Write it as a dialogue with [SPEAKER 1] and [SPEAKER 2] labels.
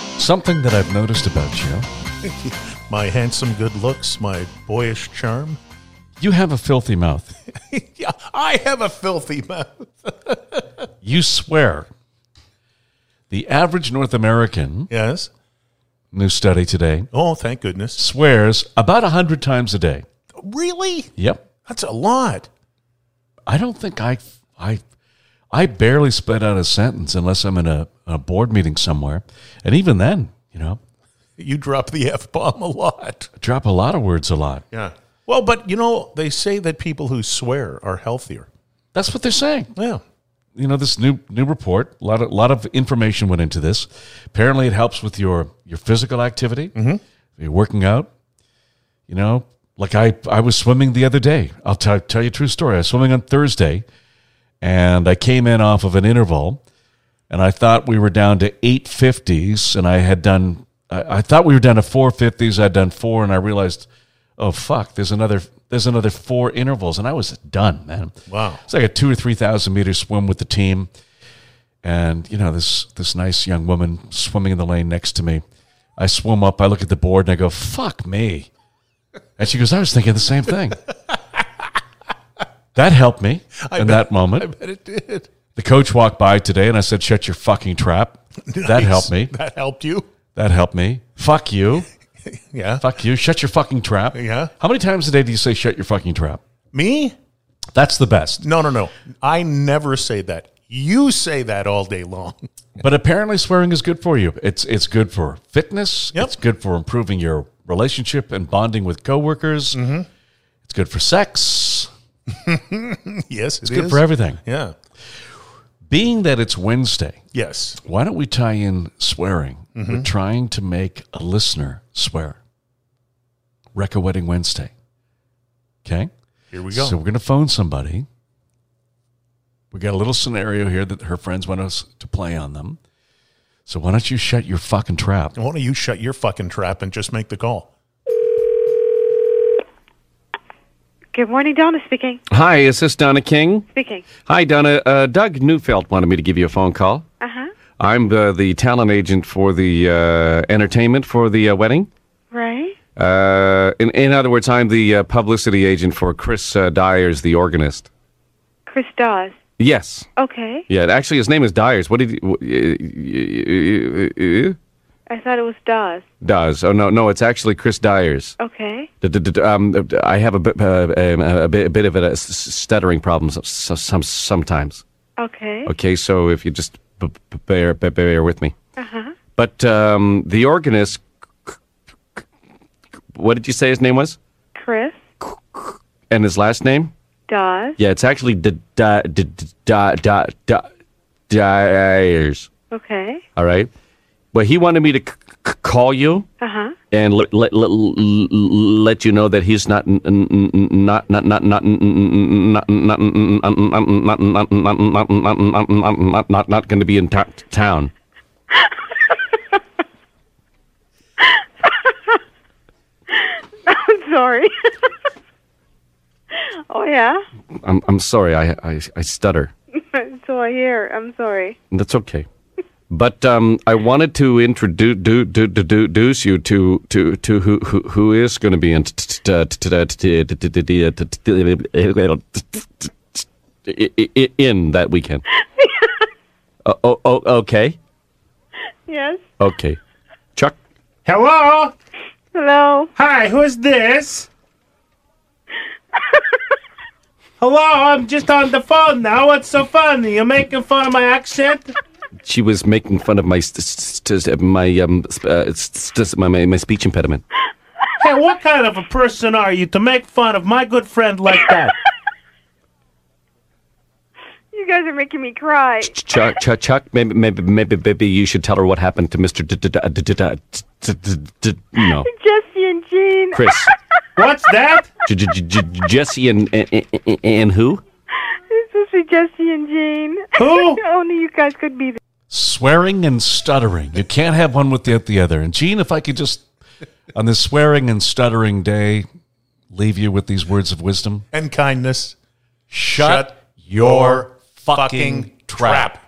[SPEAKER 1] Something that I've noticed about you
[SPEAKER 2] My handsome good looks, my boyish charm.
[SPEAKER 1] you have a filthy mouth.
[SPEAKER 2] Yeah, I have a filthy mouth.
[SPEAKER 1] You swear. The average North American,
[SPEAKER 2] Yes.
[SPEAKER 1] new study today,
[SPEAKER 2] Oh, thank goodness.
[SPEAKER 1] swears about 100 times a day.
[SPEAKER 2] Really?
[SPEAKER 1] Yep.
[SPEAKER 2] That's a lot.
[SPEAKER 1] I don't think I, I, I barely spit out a sentence unless I'm in a, a board meeting somewhere. And even then, you know,
[SPEAKER 2] You drop the F bomb a lot.
[SPEAKER 1] I drop a lot of words a lot.
[SPEAKER 2] Yeah. Well, but you know, they say that people who swear are healthier.
[SPEAKER 1] That's what they're saying.
[SPEAKER 2] Yeah.
[SPEAKER 1] you know this new new report a lot of, lot of information went into this apparently it helps with your your physical activity you're working out you know like i i was swimming the other day i'll t- tell you a true story i was swimming on thursday and i came in off of an interval and i thought we were down to 850s and i had done i, I thought we were down to 450s i'd done four and i realized oh fuck there's another there's another four intervals and i was done man
[SPEAKER 2] Wow.
[SPEAKER 1] it's like a two or three thousand meter swim with the team, and you know this this nice young woman swimming in the lane next to me. I swim up, I look at the board, and I go, "Fuck me," and she goes, "I was thinking the same thing." that helped me in that moment.
[SPEAKER 2] I bet it did.
[SPEAKER 1] The coach walked by today, and I said, "Shut your fucking trap." That
[SPEAKER 2] Nice.
[SPEAKER 1] helped me.
[SPEAKER 2] That helped you.
[SPEAKER 1] That helped me. Fuck you.
[SPEAKER 2] Yeah.
[SPEAKER 1] Fuck you. Shut your fucking trap.
[SPEAKER 2] Yeah.
[SPEAKER 1] How many times a day do you say "shut your fucking trap"?
[SPEAKER 2] Me?
[SPEAKER 1] That's the best.
[SPEAKER 2] No, no, no. I never say that. You say that all day long.
[SPEAKER 1] But apparently, swearing is good for you. It's it's good for fitness.
[SPEAKER 2] Yep.
[SPEAKER 1] It's good for improving your relationship and bonding with coworkers.
[SPEAKER 2] Mm-hmm.
[SPEAKER 1] It's good for sex.
[SPEAKER 2] yes, it
[SPEAKER 1] It's good for everything.
[SPEAKER 2] Yeah.
[SPEAKER 1] Being that it's Wednesday,
[SPEAKER 2] Yes.
[SPEAKER 1] why don't we tie in swearing? We're trying to make a listener swear. Recca Wedding Wednesday. Okay.
[SPEAKER 2] Here we go.
[SPEAKER 1] So we're going to phone somebody. We got a little scenario here that her friends want us to play on them. So why don't you shut your fucking trap?
[SPEAKER 2] Why don't you shut your fucking trap and just make the call?
[SPEAKER 3] Good morning, Donna speaking.
[SPEAKER 4] Hi, is this Donna King?
[SPEAKER 3] Speaking.
[SPEAKER 4] Hi, Donna. Uh, Doug Neufeld wanted me to give you a phone call.
[SPEAKER 3] Uh huh.
[SPEAKER 4] I'm uh, the talent agent for the uh, entertainment for the uh, wedding.
[SPEAKER 3] Right.
[SPEAKER 4] Uh, in, in other words, I'm the uh, publicity agent for Chris uh, Dyers, the organist.
[SPEAKER 3] Chris Dawes.
[SPEAKER 4] Yes.
[SPEAKER 3] Okay.
[SPEAKER 4] Yeah, actually, his name is Dyers. What did he. w- uh, uh, uh, uh,
[SPEAKER 3] I thought it was Dawes.
[SPEAKER 4] Dyers. Oh, no, no, it's actually Chris Dyers.
[SPEAKER 3] Okay.
[SPEAKER 4] D- d- d- Um, I have a bit, uh, um, a bit, a bit of a s- stuttering problem some, some, sometimes.
[SPEAKER 3] Okay.
[SPEAKER 4] Okay, so if you just b- b- bear, b- bear with me. But um, the organist, what did you say his name was?
[SPEAKER 3] Chris
[SPEAKER 4] And his last name?
[SPEAKER 3] Dawes.
[SPEAKER 4] Yeah, it's actually D- D- D- D- D- D- D- Dyers.
[SPEAKER 3] Okay.
[SPEAKER 4] All right. But he wanted me to c- c- call you
[SPEAKER 3] Uh huh.
[SPEAKER 4] and let let let let you know that he's not not not not not not not not not going to be in town.
[SPEAKER 3] I'm sorry. oh yeah.
[SPEAKER 4] I'm I'm sorry. I I, I stutter.
[SPEAKER 3] so I hear. I'm sorry.
[SPEAKER 4] That's okay. But um, I wanted to introduce do, do, do, do, introduce you to to to who who, who is going to be in t- t- t- t- t- t- t- t- t- in that weekend. Oh, oh, oh, okay,
[SPEAKER 3] Yes.
[SPEAKER 4] okay. Chuck,
[SPEAKER 5] Hello?
[SPEAKER 3] Hello.
[SPEAKER 5] Hi, who's this? Hello, I'm just on the phone now. What's so funny? You're making fun of my accent?
[SPEAKER 4] she was making fun of my st- st- st- my um sp- uh, st- st- my my my speech impediment.
[SPEAKER 5] Hey, what kind of a person are you to make fun of my good friend like that?
[SPEAKER 3] You guys are making me cry.
[SPEAKER 4] Chuck, Chuck, Chuck, maybe, maybe, maybe, maybe you should tell her what happened to Mister. No,
[SPEAKER 3] Jesse and Jean.
[SPEAKER 4] Chris.
[SPEAKER 5] What's that?
[SPEAKER 4] J- J- J- J- Jesse and, and and- and who?
[SPEAKER 3] It's supposed to be Jesse and Jean.
[SPEAKER 5] Who?
[SPEAKER 3] Only you guys could be there.
[SPEAKER 1] swearing and stuttering. You can't have one without the other. And Gene, if I could just on this swearing and stuttering day, leave you with these words of wisdom:
[SPEAKER 2] And kindness.
[SPEAKER 1] Shut,
[SPEAKER 2] your fucking trap.